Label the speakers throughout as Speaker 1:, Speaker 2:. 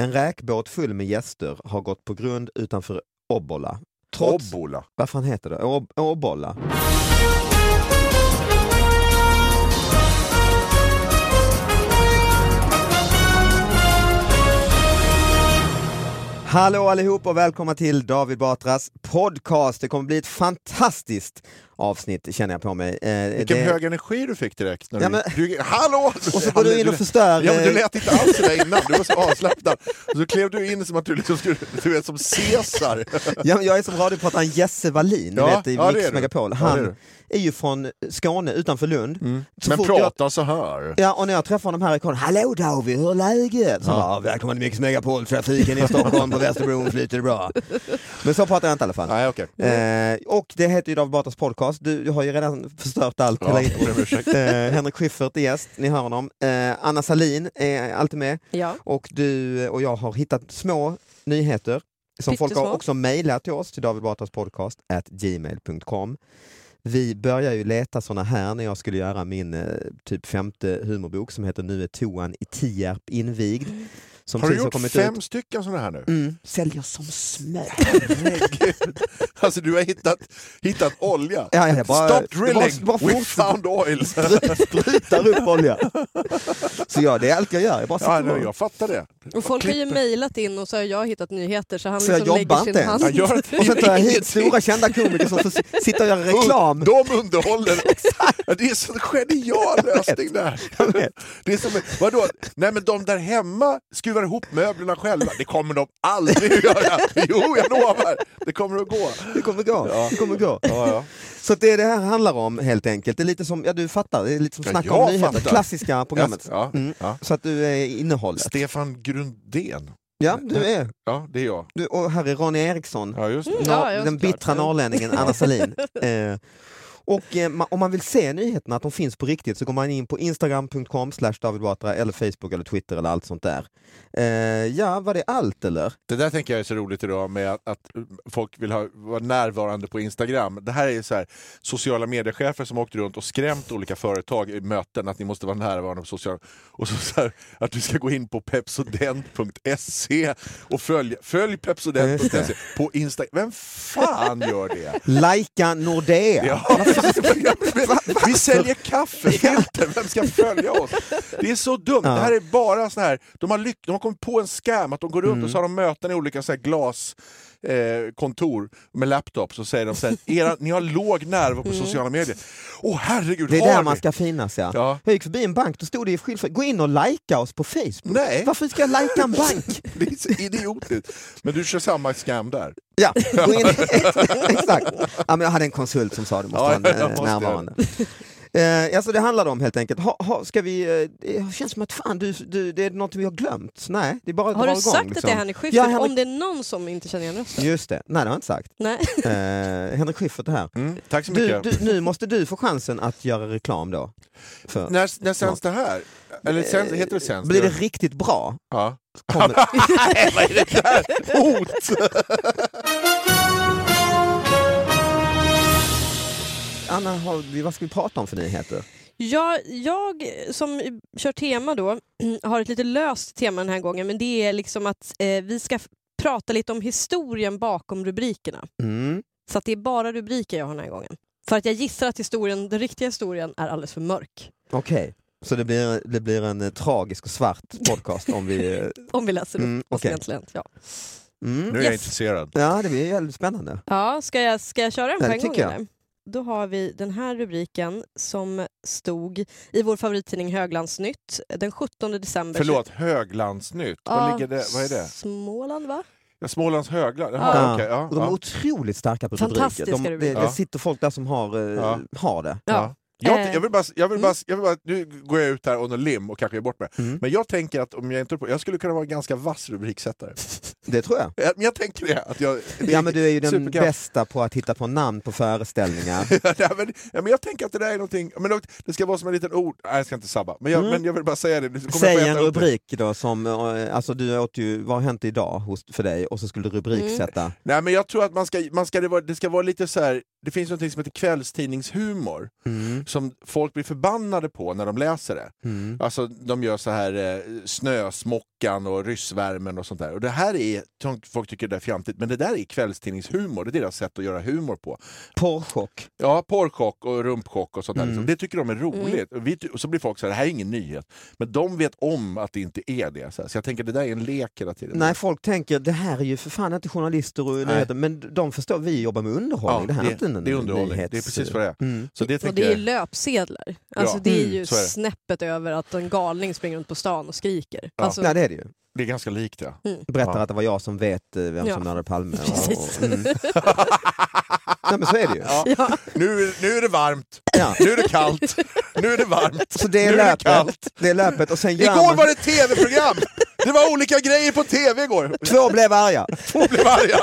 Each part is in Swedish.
Speaker 1: En räkbåt full med gäster har gått på grund utanför Obbola. Trots, Eh,
Speaker 2: Obbola.
Speaker 1: Vad fan heter det? Ob- Obbola. Hallå allihop och välkomna till David Batras podcast. Det kommer bli ett fantastiskt avsnitt känner jag på mig. Eh,
Speaker 2: Vilken
Speaker 1: det-
Speaker 2: hög energi du fick direkt. När
Speaker 1: Ja,
Speaker 2: du,
Speaker 1: men-
Speaker 2: du, hallå!
Speaker 1: Och så går du in och förstör.
Speaker 2: Ja, men du
Speaker 1: eh,
Speaker 2: lät inte alls sådär innan, du var så avslappnad. Så klev du in som att du liksom skulle, du vet som Caesar.
Speaker 1: Ja, men jag är som radioprataren Jesse Wallin
Speaker 2: Ja,
Speaker 1: du vet, i
Speaker 2: ja, det är
Speaker 1: Mix
Speaker 2: du.
Speaker 1: Megapol.
Speaker 2: Ja, det är
Speaker 1: Han
Speaker 2: du. Mm.
Speaker 1: är, ju från Skåne utanför Lund. Så
Speaker 2: Men
Speaker 1: fort
Speaker 2: pratar så här.
Speaker 1: Jag, ja, och när jag träffar honom här i Skåne, hallå David, hur är läget? Så ja. Välkommen till Mix Megapol, trafiken i Stockholm på Västerbron flyter bra. Men så pratar jag inte i alla fall.
Speaker 2: Nej, okej.
Speaker 1: Eh, och det heter ju David Batras podcast, du, du har ju redan förstört allt.
Speaker 2: Ja,
Speaker 1: hela
Speaker 2: jag ber om ursäkt.
Speaker 1: introt. eh, Henrik Schyffert är gäst, ni hör honom. Eh, Anna Salin är alltid med.
Speaker 3: Ja.
Speaker 1: och du och jag har hittat små nyheter som folk har
Speaker 3: Pyttesmå.
Speaker 1: också mejlat till oss, till David Batras podcast, at gmail.com. Vi börjar ju leta såna här när jag skulle göra min eh, typ femte humorbok som heter Nu är toan i Tierp invigd. Som
Speaker 2: Har du
Speaker 1: precis
Speaker 2: gjort
Speaker 1: kommit
Speaker 2: fem
Speaker 1: Ut.
Speaker 2: stycken sådana här nu?
Speaker 1: Mm. Säljer som smör.
Speaker 2: Herregud. alltså du har hittat, hittat olja.
Speaker 1: Ja, ja, ja, bara-
Speaker 2: Stop
Speaker 1: bara-
Speaker 2: drilling,
Speaker 1: bara
Speaker 2: we
Speaker 1: fortsätt.
Speaker 2: found oil.
Speaker 1: Sprutar upp olja. Så ja, det är allt jag gör. Jag bara
Speaker 2: Ja,
Speaker 1: sitter
Speaker 2: nej,
Speaker 1: och...
Speaker 2: jag fattar det.
Speaker 3: Och folk har ju mejlat in och så har jag hittat nyheter så han
Speaker 1: Så jag
Speaker 3: liksom
Speaker 1: jobbar
Speaker 3: lägger
Speaker 1: inte
Speaker 3: sin
Speaker 1: ens.
Speaker 3: hand.
Speaker 2: Jag gör inte
Speaker 1: Och sen tar jag hit stora kända komiker som får sitta och göra reklam.
Speaker 2: De underhåller. Ja, det är en sån genial lösning där.
Speaker 1: vet.
Speaker 2: Det är som, vadå? Nej men de där hemma skruvar ihop möblerna själva. Det kommer de aldrig att göra. Jo, jag lovar. Det kommer att gå.
Speaker 1: Det kommer gå.
Speaker 2: Ja.
Speaker 1: Det kommer gå.
Speaker 2: Ja, ja.
Speaker 1: Så att det är det här handlar om helt enkelt. Det är lite som, ja du fattar, det är lite som
Speaker 2: Ja,
Speaker 1: snack om
Speaker 2: jag
Speaker 1: nyheter,
Speaker 2: fattar.
Speaker 1: klassiska programmet.
Speaker 2: Ja,
Speaker 1: Mm.
Speaker 2: ja.
Speaker 1: Så att du är innehållet.
Speaker 2: Stefan Grundén.
Speaker 1: Ja, du är.
Speaker 2: Ja, det är jag.
Speaker 1: Du, och här är Ronny Eriksson,
Speaker 2: Ja, just det.
Speaker 3: Mm, ja,
Speaker 1: Nor-
Speaker 3: ja,
Speaker 1: den
Speaker 3: såklart.
Speaker 1: bittra norrlänningen Anna Salin. eh, och eh, ma- om man vill se nyheterna, att de finns på riktigt, så går man in på instagram.com slash David Batra eller Facebook eller Twitter eller allt sånt där. Eh, ja, var det allt eller?
Speaker 2: Det där tänker jag är så roligt idag med att, att folk vill ha, vara närvarande på Instagram. Det här är ju så här, sociala mediechefer som har åkt runt och skrämt olika företag i möten att ni måste vara närvarande på sociala Och så, så här, att du ska gå in på pepsodent.se och följ, följ pepsodent.se på Instagram. Vem fan gör det?
Speaker 1: Lajka Nordea!
Speaker 2: Ja, vi säljer kaffefilter, vem ska följa oss? Det är så dumt, det här är bara så här, de har, lyck- de har kommit på en scam, att de går runt
Speaker 1: Mm.
Speaker 2: och så har de möten i olika så här glas eh, kontor med laptops och säger de så här, era, ni har låg närvaro på sociala medier. Åh oh, herregud,
Speaker 1: Mm. Det är
Speaker 2: har
Speaker 1: där
Speaker 2: ni?
Speaker 1: man ska finnas ja.
Speaker 2: Ja.
Speaker 1: Jag gick förbi en bank, då stod det i skyltfönstret, gå in och likea oss på Facebook.
Speaker 2: Nej.
Speaker 1: Varför ska jag likea en bank?
Speaker 2: Det är så idiotiskt. Men du kör samma scam där.
Speaker 1: Ja, gå in. exakt. Ja, men jag hade en konsult som sa du måste
Speaker 2: Ja,
Speaker 1: vara
Speaker 2: jag
Speaker 1: eh,
Speaker 2: måste
Speaker 1: närvarande. Eh, alltså det handlar om helt enkelt, ha, ha, ska vi, eh, det känns som att fan, du, du, det är något vi har glömt. Nej, det är bara att
Speaker 3: Har
Speaker 1: dra
Speaker 3: du
Speaker 1: igång,
Speaker 3: sagt att
Speaker 1: liksom.
Speaker 3: det är Henrik Schyffert?
Speaker 1: Ja, Henrik-
Speaker 3: Om det är någon som inte känner igen rösten?
Speaker 1: Just det, nej det har jag inte sagt.
Speaker 3: Nej.
Speaker 1: Eh, Henrik Schyffert är här.
Speaker 2: Mm, tack så
Speaker 1: Du,
Speaker 2: mycket.
Speaker 1: du, nu måste du få chansen att göra reklam då. För,
Speaker 2: När, när sänds det här? Eller sänds, heter det sänds?
Speaker 1: blir det riktigt bra
Speaker 2: Ja.
Speaker 1: kommer,
Speaker 2: Nej, vad är det där? Hot!
Speaker 1: Anna, har vi- vad ska vi prata om för nyheter?
Speaker 3: Jag, jag som kör tema då har ett lite löst tema den här gången men det är liksom att eh, vi ska f- prata lite om historien bakom rubrikerna.
Speaker 1: Mm.
Speaker 3: Så att det är bara rubriker jag har den här gången. För att jag gissar att historien, den riktiga historien är alldeles för mörk.
Speaker 1: Okej, så det blir, det blir en eh, tragisk och svart podcast om vi... eh,
Speaker 3: Om vi läser upp
Speaker 1: Mm,
Speaker 3: vad
Speaker 1: okej.
Speaker 3: som egentligen hänt, ja.
Speaker 1: Mm.
Speaker 2: Nu är jag
Speaker 3: Yes.
Speaker 2: intresserad.
Speaker 1: Ja, det blir jävligt spännande.
Speaker 3: Ja, ska jag, ska jag köra den på
Speaker 1: Ja, det
Speaker 3: en gång?
Speaker 1: tycker jag.
Speaker 3: eller? Då har vi den här rubriken som stod i vår favorittidning Höglandsnytt den 17 december.
Speaker 2: Förlåt, Höglandsnytt? Vad,
Speaker 3: Ja,
Speaker 2: ligger det, vad är det?
Speaker 3: Småland va?
Speaker 2: Ja, Smålands Högland? Jaha,
Speaker 3: Ja.
Speaker 2: okej, ja,
Speaker 1: Och de är
Speaker 2: ja.
Speaker 1: otroligt starka på
Speaker 3: Fantastiska
Speaker 1: rubriker. De, det,
Speaker 3: rubriker.
Speaker 1: det
Speaker 2: Ja.
Speaker 1: sitter folk där som har, eh,
Speaker 2: Ja.
Speaker 1: har det.
Speaker 2: Ja.
Speaker 3: Ja.
Speaker 2: Jag,
Speaker 3: Eh.
Speaker 2: jag, vill bara, jag, vill bara, jag vill bara, nu går jag ut här on a lim och kanske är bort mig.
Speaker 1: Mm.
Speaker 2: Men jag tänker att om jag inte på, jag skulle kunna vara en ganska vass rubriksättare.
Speaker 1: Det tror jag.
Speaker 2: Ja, Men jag tänker det. Att jag, det
Speaker 1: Ja, men du är ju den
Speaker 2: superkraft.
Speaker 1: bästa på att hitta på namn på föreställningar.
Speaker 2: Nej, men, ja, men jag tänker att det där är någonting, men det- det ska vara som en liten ord, nej jag ska inte sabba, men jag,
Speaker 1: Mm.
Speaker 2: men jag vill bara säga det. Nu kommer jag få
Speaker 1: Säg
Speaker 2: äta
Speaker 1: en
Speaker 2: upp det.
Speaker 1: rubrik då som, eh, alltså du åt ju, vad har hänt idag hos, för dig? Och så skulle du rubriksätta.
Speaker 2: Nej men jag tror att man ska, man ska, det, vara, det ska vara lite så här. det finns något som heter kvällstidningshumor
Speaker 1: Mm.
Speaker 2: som folk blir förbannade på när de läser det.
Speaker 1: Mm.
Speaker 2: Alltså de gör så här eh, snösmockan och ryssvärmen och sånt där. Och det här är, folk tycker det där är fjantigt, men det där är kvällstidningshumor. Det är deras sätt att göra humor på.
Speaker 1: Porrchock.
Speaker 2: Ja, porrkock och rumpkock och sånt där.
Speaker 1: Mm.
Speaker 2: Liksom. Det tycker de är roligt. Och, vi, ty- och så blir folk så här, det här är ingen nyhet. Men de vet om att det inte är det. Så, här. så jag tänker, det där är en lek hela tiden.
Speaker 1: Nej, folk tänker det här är ju för fan inte journalister och nyheter, men de förstår, vi jobbar med underhållning.
Speaker 2: Ja,
Speaker 1: det här
Speaker 2: det-
Speaker 1: är inte en
Speaker 2: det är underhållning.
Speaker 1: nyhets-
Speaker 2: Det är precis vad det är.
Speaker 1: Mm.
Speaker 2: Så det
Speaker 3: och
Speaker 2: tänker
Speaker 3: det är
Speaker 2: jag,
Speaker 3: löpsedlar. Alltså
Speaker 2: Ja,
Speaker 3: det är
Speaker 1: mm,
Speaker 3: ju
Speaker 2: så är det.
Speaker 3: snäppet över att en galning springer runt på stan och skriker.
Speaker 2: Ja.
Speaker 3: Alltså,
Speaker 1: Nej, det är det ju.
Speaker 2: det är ganska likt det.
Speaker 1: Berättar
Speaker 2: Ja.
Speaker 1: att det var jag som vet eh, vem
Speaker 3: Ja.
Speaker 1: som mördade Palme.
Speaker 3: Precis.
Speaker 1: Och, och, mm. Nej, men så är det ju.
Speaker 3: ja.
Speaker 2: Nu, nu är det varmt,
Speaker 1: Ja.
Speaker 2: nu är det kallt, nu är det varmt.
Speaker 1: Så det är,
Speaker 2: Nu är det
Speaker 1: löpet.
Speaker 2: kallt.
Speaker 1: Det är löpet och sen gör
Speaker 2: Igår
Speaker 1: man...
Speaker 2: var det tv-program! Det var olika grejer på tv igår.
Speaker 1: Två blev arga.
Speaker 2: Två blev arga.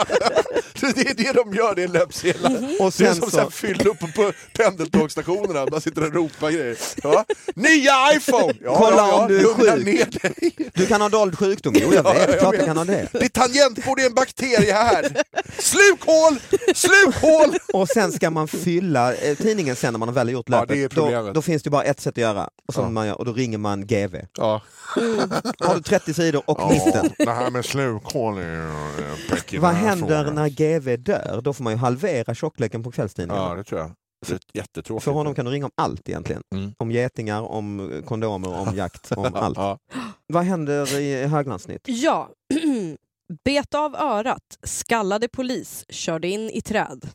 Speaker 2: Det är det de gör, det är löpsedlar.
Speaker 1: Och
Speaker 2: Det är
Speaker 1: Mm. sen
Speaker 2: som
Speaker 1: så...
Speaker 2: så här fyller upp på pendeltågsstationerna, bara sitter och ropar grejer. Ja. Nya iPhone! Ja,
Speaker 1: Kolla
Speaker 2: ja, ja,
Speaker 1: om du är
Speaker 2: lugna
Speaker 1: sjuk.
Speaker 2: ner dig.
Speaker 1: Du kan ha dold sjukdom. Jo, jag
Speaker 2: Ja,
Speaker 1: vet.
Speaker 2: jag
Speaker 1: Klart du
Speaker 2: vet.
Speaker 1: kan ha det.
Speaker 2: Ditt tangentbord är en bakterie här. Slukhål! Slukhål!
Speaker 1: Och sen ska man fylla eh, tidningen sen när man har väl gjort
Speaker 2: Ja,
Speaker 1: löpet.
Speaker 2: det är
Speaker 1: då,
Speaker 2: problemet.
Speaker 1: då finns det bara ett sätt att göra och, som
Speaker 2: Ja.
Speaker 1: man gör, och då ringer man GV.
Speaker 2: Ja.
Speaker 1: Har du 30 sidor och 19?
Speaker 2: det här med slukhål är ju en prick i
Speaker 1: Vad
Speaker 2: den här
Speaker 1: händer
Speaker 2: frågan.
Speaker 1: när GV dör? Då får man ju halvera tjockleken på kvällstidningarna.
Speaker 2: Ja, det tror jag. Det är jättetråkigt.
Speaker 1: För honom kan du ringa om allt egentligen.
Speaker 2: Mm.
Speaker 1: Om getingar, om kondomer, om jakt, om allt.
Speaker 2: Ja.
Speaker 1: Vad händer i höglandsnytt?
Speaker 3: ja. Bet av örat, skallade polis, körde in i träd.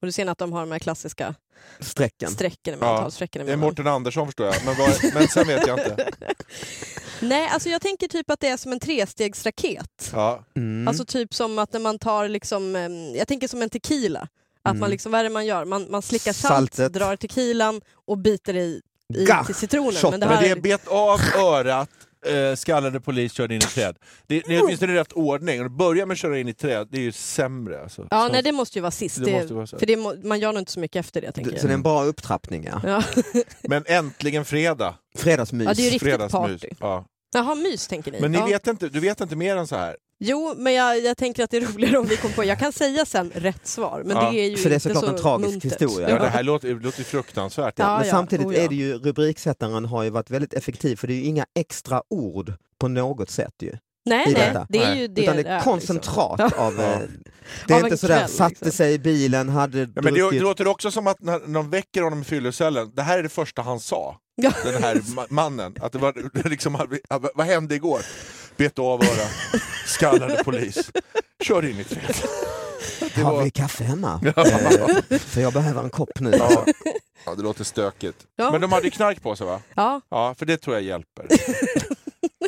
Speaker 3: Och du ser att de har de här klassiska
Speaker 1: Strecken.
Speaker 3: strecken
Speaker 2: Ja.
Speaker 3: emellan, talstrecken
Speaker 2: Det är
Speaker 3: emellan.
Speaker 2: Mårten Andersson förstår jag, men, vad, men sen vet jag inte.
Speaker 3: Nej, alltså jag tänker typ att det är som en trestegsraket.
Speaker 2: Ja.
Speaker 1: Mm.
Speaker 3: Alltså typ som att när man tar liksom, eh, jag tänker som en tequila. Att
Speaker 1: Mm.
Speaker 3: man liksom, vad är det man gör? Man, man slickar salt,
Speaker 1: Saltet.
Speaker 3: drar tequilan och biter i, i
Speaker 1: Gah!
Speaker 3: till citronen.
Speaker 1: Shot.
Speaker 3: Men det
Speaker 1: Men
Speaker 2: Men
Speaker 3: här
Speaker 2: det är
Speaker 3: är
Speaker 2: bet av örat, eh, skallade polis, körde in i träd. Det, det är åtminstone rätt ordning. Att börja med att köra in i träd, det är ju sämre. Alltså.
Speaker 3: Ja,
Speaker 2: Så-
Speaker 3: nej det måste ju vara sist.
Speaker 2: Det
Speaker 3: Det
Speaker 2: måste vara så.
Speaker 3: för det må, man gör nog inte så mycket efter det tänker
Speaker 1: Så det
Speaker 3: jag.
Speaker 1: är en bra upptrappning ja.
Speaker 3: Ja.
Speaker 2: Men äntligen fredag.
Speaker 1: Fredagsmys.
Speaker 3: Ja, det är ju riktigt
Speaker 2: Fredagsmys.
Speaker 3: party.
Speaker 2: Ja.
Speaker 3: Jaha, mys tänker ni?
Speaker 2: Men ni
Speaker 3: ja.
Speaker 2: vet inte, du vet inte mer än så här?
Speaker 3: Jo, men jag, jag tänker att det är roligare om vi kom på... Jag kan säga sen rätt svar, men
Speaker 2: Ja.
Speaker 3: det är ju
Speaker 1: För det är
Speaker 3: inte
Speaker 1: såklart
Speaker 3: så
Speaker 1: en tragisk
Speaker 3: muntert.
Speaker 1: historia.
Speaker 2: Ja. det här låter, det låter ju fruktansvärt.
Speaker 3: Ja,
Speaker 1: Men
Speaker 3: ja.
Speaker 1: samtidigt
Speaker 3: Oh, ja.
Speaker 1: är det ju, rubriksättaren har ju varit väldigt effektiv för det är ju inga extra ord på något sätt ju.
Speaker 3: Nej,
Speaker 1: i
Speaker 3: nej,
Speaker 1: detta.
Speaker 3: det är
Speaker 2: Nej.
Speaker 3: ju det liksom.
Speaker 1: Utan det är koncentrat av... eh, Det är
Speaker 3: Av en
Speaker 1: inte sådär,
Speaker 3: kväll,
Speaker 1: satte
Speaker 3: liksom.
Speaker 1: sig i bilen, hade
Speaker 2: Ja, men det, det
Speaker 1: druckit...
Speaker 2: låter också som att när när de väcker honom i fyllecellen, det här är det första han sa,
Speaker 3: Ja.
Speaker 2: den här ma- mannen. Att det var, liksom, han- han- vad hände igår? Bet av öra, skallade polis, körde in i träd. Det
Speaker 1: Har
Speaker 2: var,
Speaker 1: vi kaffe hemma?
Speaker 2: Ja.
Speaker 1: Eh, För jag behöver en kopp nu.
Speaker 2: ja. ja, det låter stökigt.
Speaker 3: Ja.
Speaker 2: Men de hade ju knark på sig va?
Speaker 3: Ja,
Speaker 2: Ja, för det tror jag hjälper.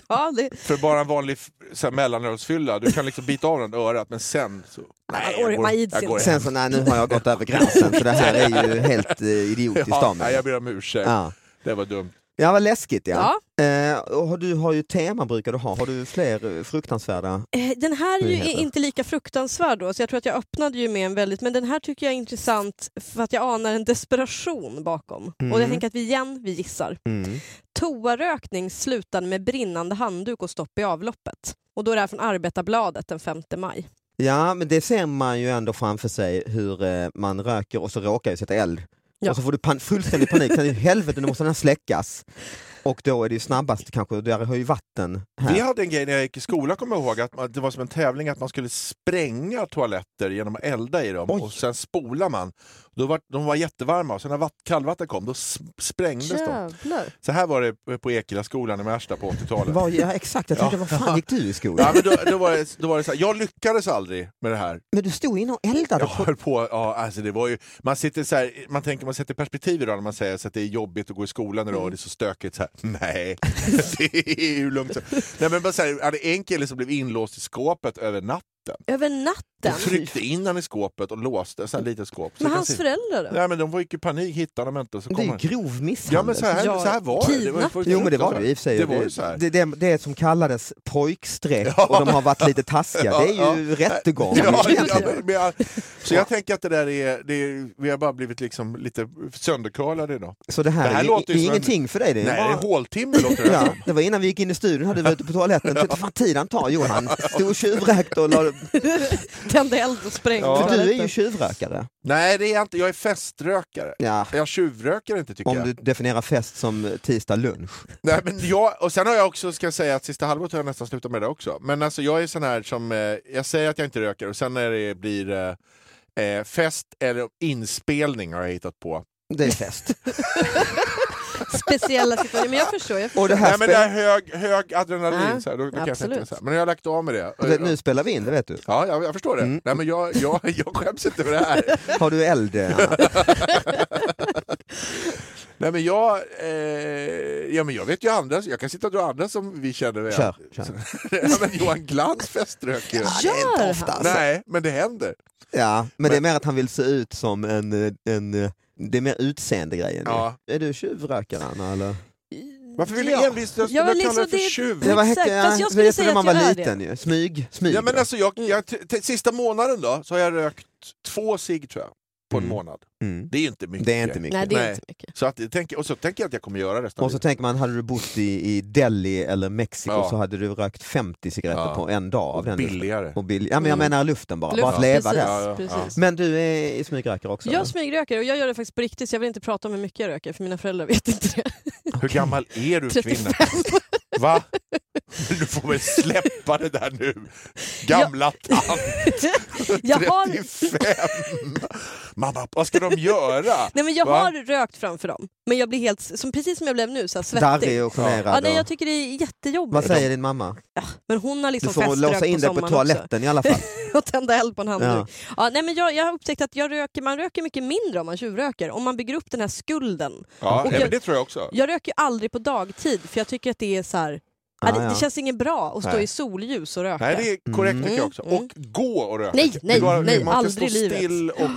Speaker 3: ja det,
Speaker 2: För bara en vanlig f- så här, mellanölsfylla, du kan liksom bita av den örat men sen så... Nej,
Speaker 3: man or- man ids
Speaker 2: jag går
Speaker 3: inte.
Speaker 1: Sen
Speaker 2: hem.
Speaker 1: så, nej nu har jag gått över gränsen för det här är ju helt eh, idiotiskt
Speaker 2: Ja,
Speaker 1: av
Speaker 2: nej,
Speaker 1: mig.
Speaker 2: jag ber om ursäkt,
Speaker 1: Ja.
Speaker 2: det var dumt.
Speaker 1: Ja, vad läskigt ja.
Speaker 3: ja.
Speaker 1: Eh, och har du har ju tema brukar du ha, har du fler eh, fruktansvärda?
Speaker 3: Eh, Den här är ju
Speaker 1: Nyheter.
Speaker 3: inte lika fruktansvärd då, så jag tror att jag öppnade ju med en väldigt, men den här tycker jag är intressant för att jag anar en desperation bakom.
Speaker 1: Mm.
Speaker 3: Och jag tänker att vi igen, vi gissar.
Speaker 1: Mm.
Speaker 3: Toarökning slutade med brinnande handduk och stopp i avloppet. Och då är det här från Arbetarbladet den 5 maj.
Speaker 1: Mm, Ja, men det ser man ju ändå framför sig hur eh, man röker och så råkar ju sätta eld.
Speaker 3: Ja.
Speaker 1: Och så får du pan- fullständig panik, sen i helvete nu måste den här släckas. Och då är det ju snabbast kanske, där har ju vatten här.
Speaker 2: Vi hade en grej när jag gick i skolan, kommer jag ihåg, att man, det var som en tävling att man skulle spränga toaletter genom att elda i dem
Speaker 1: Oj.
Speaker 2: och sen spolar man. Då var, de var jättevarma och sen när vatt, kallvatten kom då s- sprängdes de.
Speaker 3: Jävlar.
Speaker 2: Så här var det på Ekela skolan i Märsta på 80-talet.
Speaker 1: Var, ja, exakt, jag tänkte vad fan gick du i
Speaker 2: Ja,
Speaker 1: skolan?
Speaker 2: men då, då var det, då var det så här, jag lyckades aldrig med det här.
Speaker 1: Men du stod inne och eldade.
Speaker 2: Jag
Speaker 1: på-
Speaker 2: höll på, ja, alltså det var ju, man, sitter så här, man tänker man sätter perspektiv i det när man säger så att det är jobbigt att gå i skolan idag och det är så stökigt. Så här, nej, det är ju lugnt. så. Nej, men bara så här, jag hade en kille som blev inlåst i skåpet över natten.
Speaker 3: Över natten?
Speaker 2: Och tryckte in han i skåpet och låste, så här litet skåp. Så jag
Speaker 3: Men
Speaker 2: kan
Speaker 3: hans
Speaker 2: se-
Speaker 3: föräldrar då?
Speaker 2: Nej men de var ju i panik, hittade dem inte. och Så
Speaker 1: Det är
Speaker 2: kom
Speaker 1: ju
Speaker 2: han.
Speaker 1: grov misshandel.
Speaker 2: Ja men så här,
Speaker 3: Ja,
Speaker 2: så här var det. det. var ju
Speaker 3: kidnappning.
Speaker 1: Jo men det var det ju i och för sig.
Speaker 2: Det var ju så här.
Speaker 1: det, det, det som kallades pojkstreck
Speaker 2: Ja.
Speaker 1: och de har varit lite taskiga, det är ju rättegång.
Speaker 2: Ja,
Speaker 1: egentligen.
Speaker 2: ja, men- men jag, så jag tänker att det där är, det är vi har bara blivit liksom lite söndercurlade idag.
Speaker 1: Så det här,
Speaker 2: Det här
Speaker 1: är,
Speaker 2: låter
Speaker 1: ju
Speaker 2: ju
Speaker 1: är
Speaker 2: som en-
Speaker 1: ingenting för dig. Det är
Speaker 2: Nej, det
Speaker 1: bara-
Speaker 2: är håltimme låter det
Speaker 1: Ja,
Speaker 2: som.
Speaker 1: det var innan vi gick in i studion hade vi varit ute på toaletten. Titta vad fan tid han tar Johan. Stod och tjuvräkte och la
Speaker 3: tände eld och sprängde
Speaker 2: Ja.
Speaker 1: För du är ju
Speaker 3: toaletten.
Speaker 1: tjuvrökare.
Speaker 2: Nej, det är jag inte. Jag är feströkare.
Speaker 1: Ja.
Speaker 2: Jag tjuvrökar inte tycker
Speaker 1: Om
Speaker 2: jag.
Speaker 1: du definierar fest som tisdag lunch.
Speaker 2: Nej, men jag. Och sen har jag också, ska jag säga att sista halvåret har jag nästan slutat med det också. Men alltså jag är sån här som, eh, jag säger att jag inte röker och sen när det blir eh, eh, fest eller inspelning har jag hittat på.
Speaker 1: Det är fest.
Speaker 3: Speciella situationer. Men jag förstår. Jag förstår.
Speaker 1: Och det
Speaker 2: Nej
Speaker 1: här
Speaker 2: men det är hög, hög adrenalin,
Speaker 3: Ja,
Speaker 2: så här, då, då kan jag tänka
Speaker 3: absolut.
Speaker 2: så här. men jag har lagt av med det.
Speaker 1: spel- nu spelar vi in, det vet du.
Speaker 2: Ja, jag, jag förstår det.
Speaker 1: Mm.
Speaker 2: Nej, men jag, jag, jag skäms inte för det här.
Speaker 1: Har du eld? Anna?
Speaker 2: Nej, men jag, eh, ja, men jag vet ju andra, jag kan sitta och dra andra som vi känner väl.
Speaker 1: Kör. kör.
Speaker 2: ja, men Johan Glans feströk ju.
Speaker 1: det är inte
Speaker 3: Gör
Speaker 1: ofta.
Speaker 3: han?
Speaker 1: Alltså.
Speaker 2: Nej, men det händer.
Speaker 1: Ja, men, det är mer att han vill se ut som en... eh, en eh, det är mer utseende-grejen. ju.
Speaker 2: Ja.
Speaker 1: Är du tjuvrökare, Anna? Eller?
Speaker 2: Varför vill
Speaker 3: Ja.
Speaker 2: du envist rösta
Speaker 3: Ja, men
Speaker 2: kalla
Speaker 3: liksom
Speaker 2: det för
Speaker 3: det-
Speaker 2: tjuv?
Speaker 1: Det var
Speaker 3: Exakt,
Speaker 1: häcken-
Speaker 3: fast jag skulle
Speaker 1: vet du
Speaker 3: säga
Speaker 1: när man
Speaker 3: att jag
Speaker 1: var
Speaker 3: är
Speaker 1: liten ju. Smyg. smyg
Speaker 2: Ja, men
Speaker 1: då.
Speaker 2: alltså, jag, jag, t- t- sista månaden då, så har jag rökt två cigg tror jag, på en
Speaker 1: Mm.
Speaker 2: månad.
Speaker 1: mm.
Speaker 2: Det är ju inte mycket.
Speaker 1: Det är inte mycket.
Speaker 3: Nej, det är
Speaker 2: Nej.
Speaker 3: inte mycket.
Speaker 2: Så att, jag tänker- och så tänker jag att jag kommer göra resten
Speaker 1: Och så tänker man, hade du bott i, i Delhi eller Mexiko
Speaker 2: Ja.
Speaker 1: så hade du rökt 50 cigaretter
Speaker 2: Ja.
Speaker 1: på en dag. Av den luften.
Speaker 2: billigare.
Speaker 1: Och billig. Ja, men jag
Speaker 3: Mm.
Speaker 1: menar luften bara, bara
Speaker 3: Luft,
Speaker 1: att leva
Speaker 3: precis,
Speaker 1: där.
Speaker 2: Ja, ja,
Speaker 3: precis.
Speaker 1: Men du är smygrökare också? eller?
Speaker 3: Jag smygröker och jag gör det faktiskt på riktigt så jag vill inte prata om hur mycket jag röker för mina föräldrar vet inte det.
Speaker 2: Hur gammal är du kvinna?
Speaker 3: 35.
Speaker 2: Va? Du får väl släppa det där nu. Gamla tant,
Speaker 3: Jag har,
Speaker 2: 35. Mamma, vad ska de göra?
Speaker 3: nej men jag
Speaker 2: Va?
Speaker 3: har rökt framför dem men jag blir helt, som, precis som jag blev nu, så här, svettig.
Speaker 1: Darrig och
Speaker 3: Ja,
Speaker 1: generad.
Speaker 3: nej, jag
Speaker 1: och-
Speaker 3: tycker det är
Speaker 1: Vad
Speaker 3: jättejobbigt.
Speaker 1: säger din mamma?
Speaker 3: Men hon har
Speaker 1: Du
Speaker 3: liksom
Speaker 1: får låsa in
Speaker 3: feströkt
Speaker 1: dig
Speaker 3: på
Speaker 1: på
Speaker 3: sommaren också.
Speaker 1: toaletten i alla fall.
Speaker 3: och tända eld på en
Speaker 1: Ja.
Speaker 3: handduk. Ja. nej, men jag, jag har upptäckt att jag röker, man röker mycket mindre om man tjuvröker, om man bygger upp den här skulden.
Speaker 2: Ja,
Speaker 3: Och
Speaker 2: nej,
Speaker 3: jag-
Speaker 2: men det tror jag också.
Speaker 3: Jag röker ju aldrig på dagtid för jag tycker att det är så här, ja,
Speaker 1: Ah,
Speaker 3: det,
Speaker 1: ja.
Speaker 3: det känns inget bra att stå
Speaker 2: Nej.
Speaker 3: i solljus och röka.
Speaker 2: Nej, det är korrekt
Speaker 1: Mm.
Speaker 2: tycker jag också.
Speaker 3: Mm.
Speaker 2: Och gå och röka.
Speaker 3: Nej,
Speaker 2: Det
Speaker 3: nej,
Speaker 2: går-
Speaker 3: nej,
Speaker 2: man ska
Speaker 3: aldrig
Speaker 2: stå
Speaker 3: i livet.
Speaker 2: still och...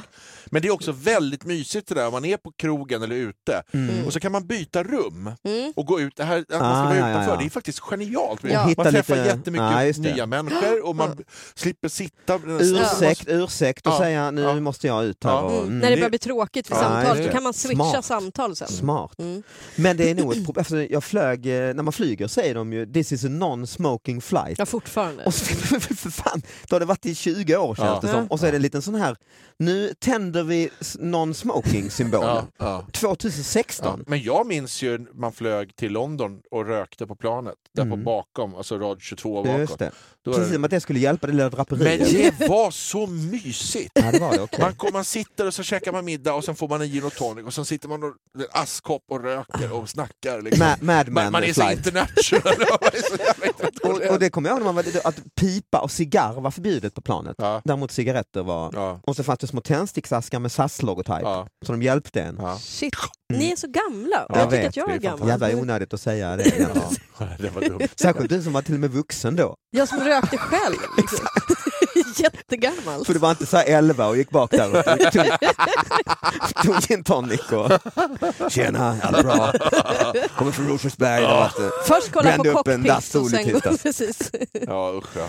Speaker 2: Men det är också väldigt mysigt det där om man är på krogen eller ute
Speaker 1: Mm.
Speaker 2: och så kan man byta rum
Speaker 3: Mm.
Speaker 2: och gå ut. Det här att
Speaker 1: Ah,
Speaker 2: man ska vara
Speaker 1: ja, ja,
Speaker 2: utanför,
Speaker 1: ja.
Speaker 2: det är faktiskt genialt.
Speaker 3: Ja.
Speaker 2: Man
Speaker 1: Hitta
Speaker 2: träffar
Speaker 1: lite-
Speaker 2: jättemycket
Speaker 1: Ja, just det.
Speaker 2: nya människor och man slipper sitta...
Speaker 1: Ursäkt, ursäkt och
Speaker 2: Ja.
Speaker 1: säga nu
Speaker 2: Ja.
Speaker 1: måste jag ut här.
Speaker 2: Ja.
Speaker 1: Och,
Speaker 3: Mm.
Speaker 1: mm.
Speaker 3: När det
Speaker 2: Det-
Speaker 3: börjar bli tråkigt vid
Speaker 2: Ja,
Speaker 3: samtal
Speaker 2: det är
Speaker 3: så kan man switcha
Speaker 1: smart.
Speaker 3: samtal sen.
Speaker 1: Smart.
Speaker 3: Mm.
Speaker 1: Men det är nog ett problem. Alltså, jag flög, eh, när man flyger säger de ju this is a non-smoking flight.
Speaker 3: Ja, fortfarande.
Speaker 1: Och så, för fan, då har det varit i 20 år känns
Speaker 2: Ja.
Speaker 1: det som. Och så är det en liten sån här, nu tänder vi s- non-smoking symbolen.
Speaker 2: Ja, ja.
Speaker 1: 2016.
Speaker 2: Ja, men jag minns ju när man flög till London och rökte på planet, där
Speaker 1: Mm.
Speaker 2: på bakom, alltså rad 22
Speaker 1: Ja,
Speaker 2: bakåt.
Speaker 1: Just det.
Speaker 2: Då var det-
Speaker 1: Precis som att det skulle hjälpa det lilla
Speaker 2: Men
Speaker 1: draperiet.
Speaker 2: det var så mysigt!
Speaker 1: Ja, det var det. okej.
Speaker 2: Man, kom, man sitter och så käkar man middag och sen får man en gin och tonic och sen sitter man och en askkopp och röker och snackar. Liksom.
Speaker 1: Ma- Mad
Speaker 2: Man,
Speaker 1: Men
Speaker 2: man är så
Speaker 1: flight.
Speaker 2: international. Man är så jävla
Speaker 1: Och,
Speaker 2: internationell.
Speaker 1: och det kommer jag ihåg när man var, liten, att pipa och cigarr var förbjudet på planet.
Speaker 2: Ja,
Speaker 1: Däremot cigaretter var...
Speaker 2: ja,
Speaker 1: Och så fanns det små tändsticksaskar med SAS-logotyp,
Speaker 2: ja,
Speaker 1: så de hjälpte en.
Speaker 2: ja.
Speaker 3: Shit,
Speaker 1: Mm.
Speaker 3: ni är så gamla.
Speaker 1: Jag
Speaker 3: jag tycker
Speaker 1: vet,
Speaker 3: att jag
Speaker 2: det
Speaker 3: är
Speaker 2: är
Speaker 3: gammal.
Speaker 1: Jävla onödigt att säga det. egentligen.
Speaker 2: ja. Det var dumt.
Speaker 1: Särskilt du som var till och med vuxen då.
Speaker 3: Jag som rökte själv. Liksom. Jättegammal.
Speaker 1: För du var inte så här 11 och gick bak där och tog, tog gin tonic och... Tjena, allt bra? Kommer från Rosersberg idag. vet du.
Speaker 3: Först kolla på
Speaker 1: Brände upp en
Speaker 3: cockpit
Speaker 1: dass
Speaker 3: och sen gå...
Speaker 1: olyckligt, alltså.
Speaker 3: Precis.
Speaker 2: Ja, usch ja.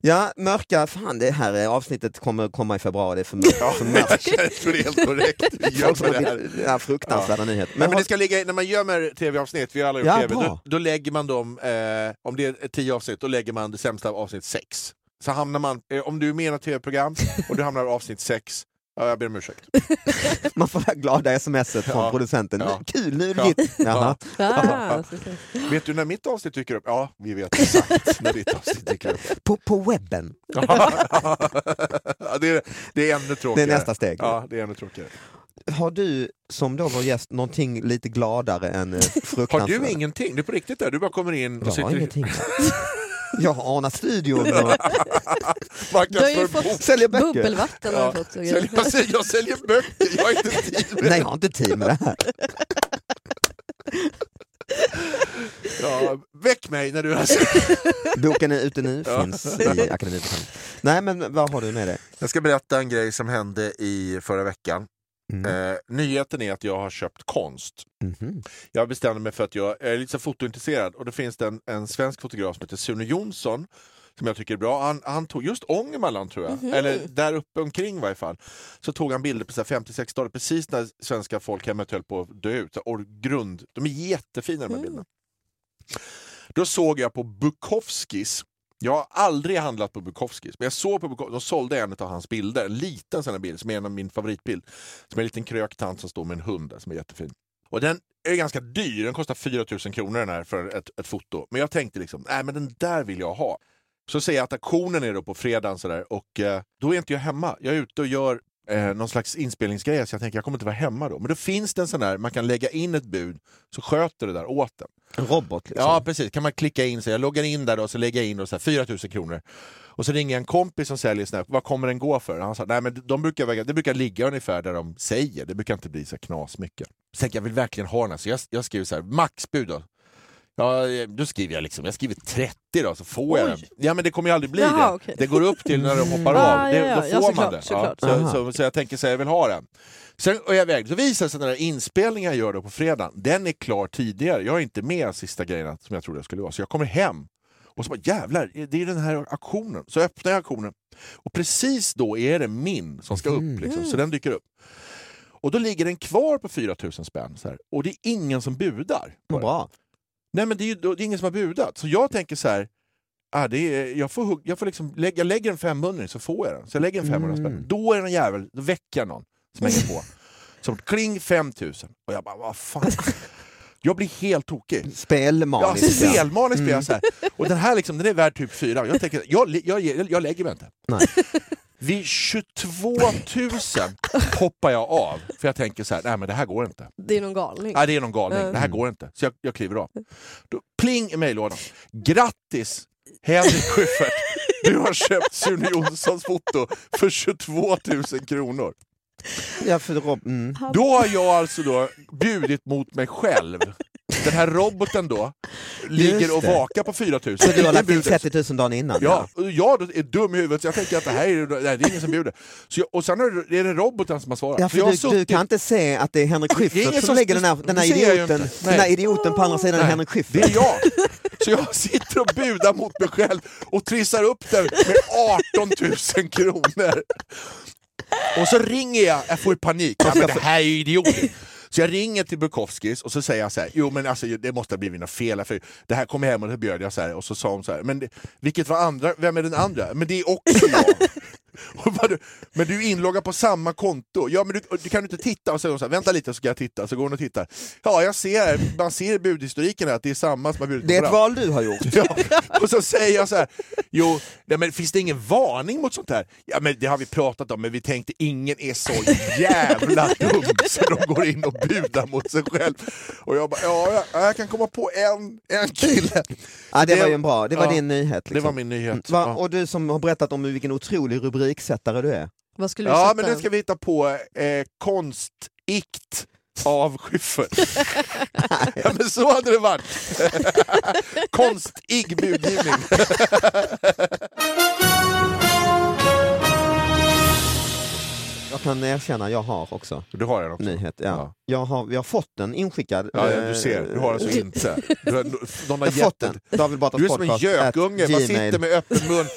Speaker 1: Ja, mörka, fan det här eh, avsnittet kommer komma i februari, det är för mörkt.
Speaker 2: ja men jag tror det är helt korrekt. Vi gör
Speaker 1: Folk
Speaker 2: på
Speaker 1: som
Speaker 2: det
Speaker 1: har
Speaker 2: här.
Speaker 1: blivit- ja, fruktansvärda nyheter.
Speaker 2: Men, men
Speaker 1: har-
Speaker 2: det ska ligga, i- när man gömmer tv-avsnitt, vi har alla gjort
Speaker 1: Ja,
Speaker 2: tv,
Speaker 1: bra.
Speaker 2: då, då lägger man dem, eh, om det är tio avsnitt, då lägger man det sämsta av avsnitt sex. Så hamnar man, eh, om du är med i något tv-program och du hamnar i avsnitt sex, ja, jag ber om ursäkt.
Speaker 1: Man får det här glada smset från
Speaker 2: Ja.
Speaker 1: producenten.
Speaker 2: Ja.
Speaker 1: Kul, nu är det
Speaker 2: Ja.
Speaker 1: ditt. Jaha.
Speaker 3: Ah, så- så.
Speaker 2: Vet du när mitt avsnitt dyker upp? Ja, vi vet exakt när ditt avsnitt dyker upp.
Speaker 1: På, på webben,
Speaker 2: Ja, det, är, det är ännu
Speaker 1: det är
Speaker 2: tråkigare.
Speaker 1: nästa steg.
Speaker 2: eh, Ja, det är ännu tråkigare.
Speaker 1: Har du som då vår gäst någonting lite gladare än eh, fruktansvärt?
Speaker 2: Har du ingenting? Det är på riktigt där, du bara kommer in och
Speaker 1: Jag har
Speaker 2: sitter i
Speaker 1: ingenting. Jag har anat studion och
Speaker 3: Du har ju
Speaker 2: marknadsför
Speaker 3: fått
Speaker 1: säljer böcker.
Speaker 3: bubbelvatten. Har
Speaker 2: Ja,
Speaker 3: du fått, och
Speaker 2: Sälj-
Speaker 3: grejer.
Speaker 2: jag, säljer, jag säljer böcker, jag har inte tid med
Speaker 1: Nej, jag har inte tid med det här.
Speaker 2: Ja, väck mig när du har
Speaker 1: Boken är ute nu,
Speaker 2: Ja.
Speaker 1: finns i Akademiförsamlingen. Nej, men vad har du med dig?
Speaker 2: Jag ska berätta en grej som hände i förra veckan.
Speaker 1: Mm.
Speaker 2: Eh, nyheten är att jag har köpt konst.
Speaker 1: Mhm.
Speaker 2: Jag bestämde mig för att jag är lite så fotointresserad och då finns det en, en svensk fotograf som heter Sune Jonsson som jag tycker är bra. Han, han tog just Ångermanland tror jag, eller där uppe omkring i varje fall. Så tog han bilder på så här 50-60-talet precis när svenska folkhemmet höll på att dö ut. Och grund, de är jättefina de här bilderna. Då såg jag på Bukowskis Jag har aldrig handlat på Bukowskis, men jag såg på Bukowskis, de sålde en av hans bilder, en liten sån här bild, som är en av min favoritbild. Som är en liten kröktant som står med en hund där, som är jättefin. Och den är ganska dyr, den kostar 4 000 kronor den här för ett, ett foto. Men jag tänkte liksom, nej men den där vill jag ha. Så säger jag att auktionen är då på fredagen sådär och eh, då är inte jag hemma. Jag är ute och gör eh, någon slags inspelningsgrej så jag tänker jag kommer inte vara hemma då. Men då finns det en sån där, man kan lägga in ett bud så sköter det där åt en.
Speaker 1: En robot liksom.
Speaker 2: Ja, precis. Kan man klicka in, så jag loggar in där då, så lägger jag in då, så här, 4 000 kronor. Och så ringer jag en kompis som säljer sån här, vad kommer den gå för? Han sa, nej men de brukar, väga- det brukar ligga ungefär där de säger, det brukar inte bli så här knasmycket. Så tänkte jag, jag vill verkligen ha den här, så jag, jag skriver så här, maxbud då. Ja, eh, då skriver jag liksom, jag skriver 30 då, så får jag
Speaker 3: Oj.
Speaker 2: den. Ja men det kommer ju aldrig bli
Speaker 3: Jaha,
Speaker 2: det.
Speaker 3: okej.
Speaker 2: Det går upp till när de hoppar
Speaker 3: Ah,
Speaker 2: av, det,
Speaker 3: ja, ja.
Speaker 2: då
Speaker 3: Ja,
Speaker 2: får
Speaker 3: såklart,
Speaker 2: man det.
Speaker 3: såklart.
Speaker 2: så,
Speaker 1: Aha.
Speaker 2: så, så jag tänker så här, jag vill ha den. Sen, och jag vägde, så visar det sig att den här inspelningen jag gör då på fredagen, den är klar tidigare. Jag är inte med sista grejerna som jag trodde jag skulle vara. Så jag kommer hem och så bara jävlar, det är den här auktionen. Så öppnar jag auktionen och precis då är det min som ska
Speaker 3: Mm.
Speaker 2: upp, liksom, så den dyker upp. Och då ligger den kvar på 4000 spänn så här, och det är ingen som budar. på den.
Speaker 1: Bra.
Speaker 2: Nej men det är, ju, det är ingen som har budat. Så jag tänker så här, ah, det är, jag, får, hugg- jag, får liksom, lägg, jag lägger en 500 i så får jag den. Så jag lägger en 500 spänn. Då är det någon jävel, då väcker jag någon som hänger på. Som kling 5000. Och jag bara, vad fan. Jag blir helt tokig. Ja,
Speaker 1: Spelmaniskt. ja.
Speaker 2: spelmaniskt blir jag så här. Och den här liksom, den är värd typ 4. Jag tänker, jag, li- jag, jag, jag lägger mig inte.
Speaker 1: Nej.
Speaker 2: Vid 22 000 hoppar jag av. För jag tänker så här, nej men det här går inte.
Speaker 3: Det är någon galning.
Speaker 2: Nej, det är någon galning.
Speaker 3: Mm.
Speaker 2: Det här går inte. Så jag, jag kliver av. Då, pling i mejllådan. Grattis Henrik Schyffert! Du har köpt Sune Jonssons foto för 22 000 kronor.
Speaker 1: Ja, för rob- mm.
Speaker 2: Då har jag alltså då bjudit mot mig själv. Den här roboten då
Speaker 1: Just
Speaker 2: ligger och
Speaker 1: det.
Speaker 2: vakar på 4 000.
Speaker 1: Så du har lagt in
Speaker 2: Budet.
Speaker 1: 30 000 dagen innan?
Speaker 2: Ja, och jag då är dum i huvudet så jag tänker att det här är, nej, det är ingen som bjuder. Så jag, och sen är det, är det roboten som har svarat.
Speaker 1: Ja,
Speaker 2: Så jag
Speaker 1: för
Speaker 2: har
Speaker 1: du, du
Speaker 2: suttit-
Speaker 1: kan inte se att det är Henrik
Speaker 2: Det är
Speaker 1: Schyffert
Speaker 2: ingen
Speaker 1: som,
Speaker 2: som-
Speaker 1: lägger den här,
Speaker 2: det-
Speaker 1: den här,
Speaker 2: det ser jag ju
Speaker 1: idioten,
Speaker 2: inte. Nej.
Speaker 1: den här idioten på andra sidan
Speaker 2: Nej,
Speaker 1: Henrik Schyffert.
Speaker 2: Det är jag! Så jag sitter och budar mot mig själv och trissar upp den med 18 000 kronor. Och så ringer jag, jag får ju panik. Ja, men det här är ju idiotiskt. Så jag ringer till Bukowskis och så säger jag så här, jo men alltså det måste ha blivit något fel här, för det här kom jag hem och det bjöd jag så här och så sa hon så här, men det, vilket var andra, vem är den andra? Men det är också jag. Och bara, du- men du är inloggad på samma konto, ja men du, du kan ju inte titta och så säger hon så här, vänta lite så ska jag titta, så går hon och tittar. Ja jag ser, man ser i budhistoriken här att det är samma som har bjudit
Speaker 1: Det är
Speaker 2: på
Speaker 1: ett
Speaker 2: fram.
Speaker 1: val du har gjort.
Speaker 2: Ja, och så säger jag så här, jo, nej, men finns det ingen varning mot sånt här? Ja, men det har vi pratat om, men vi tänkte ingen är så jävla dum så de går in och budar mot sig själv. Och jag bara, ja, jag, jag kan komma på en, en kille.
Speaker 1: Ja, det
Speaker 2: Det-
Speaker 1: var ju en bra, det var
Speaker 2: ja,
Speaker 1: din nyhet. Liksom.
Speaker 2: Det var min nyhet.
Speaker 1: Va?
Speaker 2: Ja.
Speaker 1: Och du som har berättat om vilken otrolig rubriksättare du är.
Speaker 3: Vad skulle du
Speaker 2: Ja,
Speaker 3: sätta?
Speaker 2: men nu ska vi hitta på eh, konstikt av Schyffert. ja, men så hade det varit. Konstig budgivning.
Speaker 1: Jag kan erkänna, jag har också
Speaker 2: Du har en också.
Speaker 1: nyhet. Ja.
Speaker 2: Ja.
Speaker 1: Jag, har, jag har fått den inskickad.
Speaker 2: Ja, ja,
Speaker 1: eh,
Speaker 2: du ser, du har alltså inte. Du har, någon
Speaker 1: Jag har
Speaker 2: har
Speaker 1: fått
Speaker 2: gett
Speaker 1: den.
Speaker 2: den.
Speaker 1: David Batras
Speaker 2: Du är som en
Speaker 1: podcast at
Speaker 2: gökunge, man
Speaker 1: gmail.
Speaker 2: sitter med öppen
Speaker 1: Ja,
Speaker 2: mun. så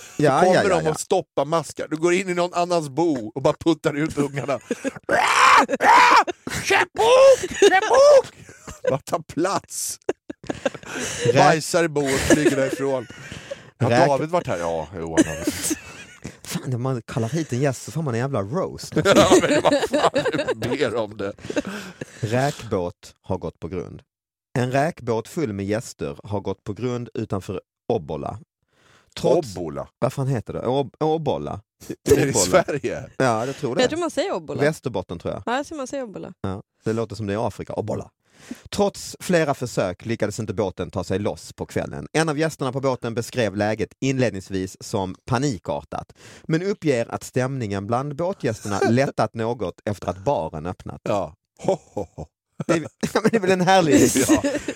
Speaker 1: ja,
Speaker 2: kommer
Speaker 1: ja,
Speaker 2: de
Speaker 1: ja.
Speaker 2: och stoppar maskar. Du går in i någon annans bo och bara puttar ut ungarna. Köp bok! Köp bok! Bara ta plats. Bajsar i boet, flyger därifrån. Har
Speaker 1: Räk-
Speaker 2: David varit här? Ja, jo han har varit.
Speaker 1: Fan, när man kallar hit en gäst så får man en jävla roast.
Speaker 2: Ja, men vad fan, du ber om det.
Speaker 1: Räkbåt har gått på grund. En räkbåt full med gäster har gått på grund utanför Obbola. Trots,
Speaker 2: Obbola.
Speaker 1: vad fan heter det? Ob- Obbola?
Speaker 2: Är det i Sverige?
Speaker 1: Ja, jag tror det.
Speaker 3: Jag tror man säger obbola.
Speaker 1: Västerbotten tror jag.
Speaker 3: Ja, jag tror man säger obbola.
Speaker 1: Det låter som det är Afrika. Obbola. Trots flera försök lyckades inte båten ta sig loss på kvällen. En av gästerna på båten beskrev läget inledningsvis som panikartat, men uppger att stämningen bland båtgästerna lättat något efter att baren öppnat.
Speaker 2: Ja. Ho, ho, ho.
Speaker 1: Det är, ja, men det är väl en härlig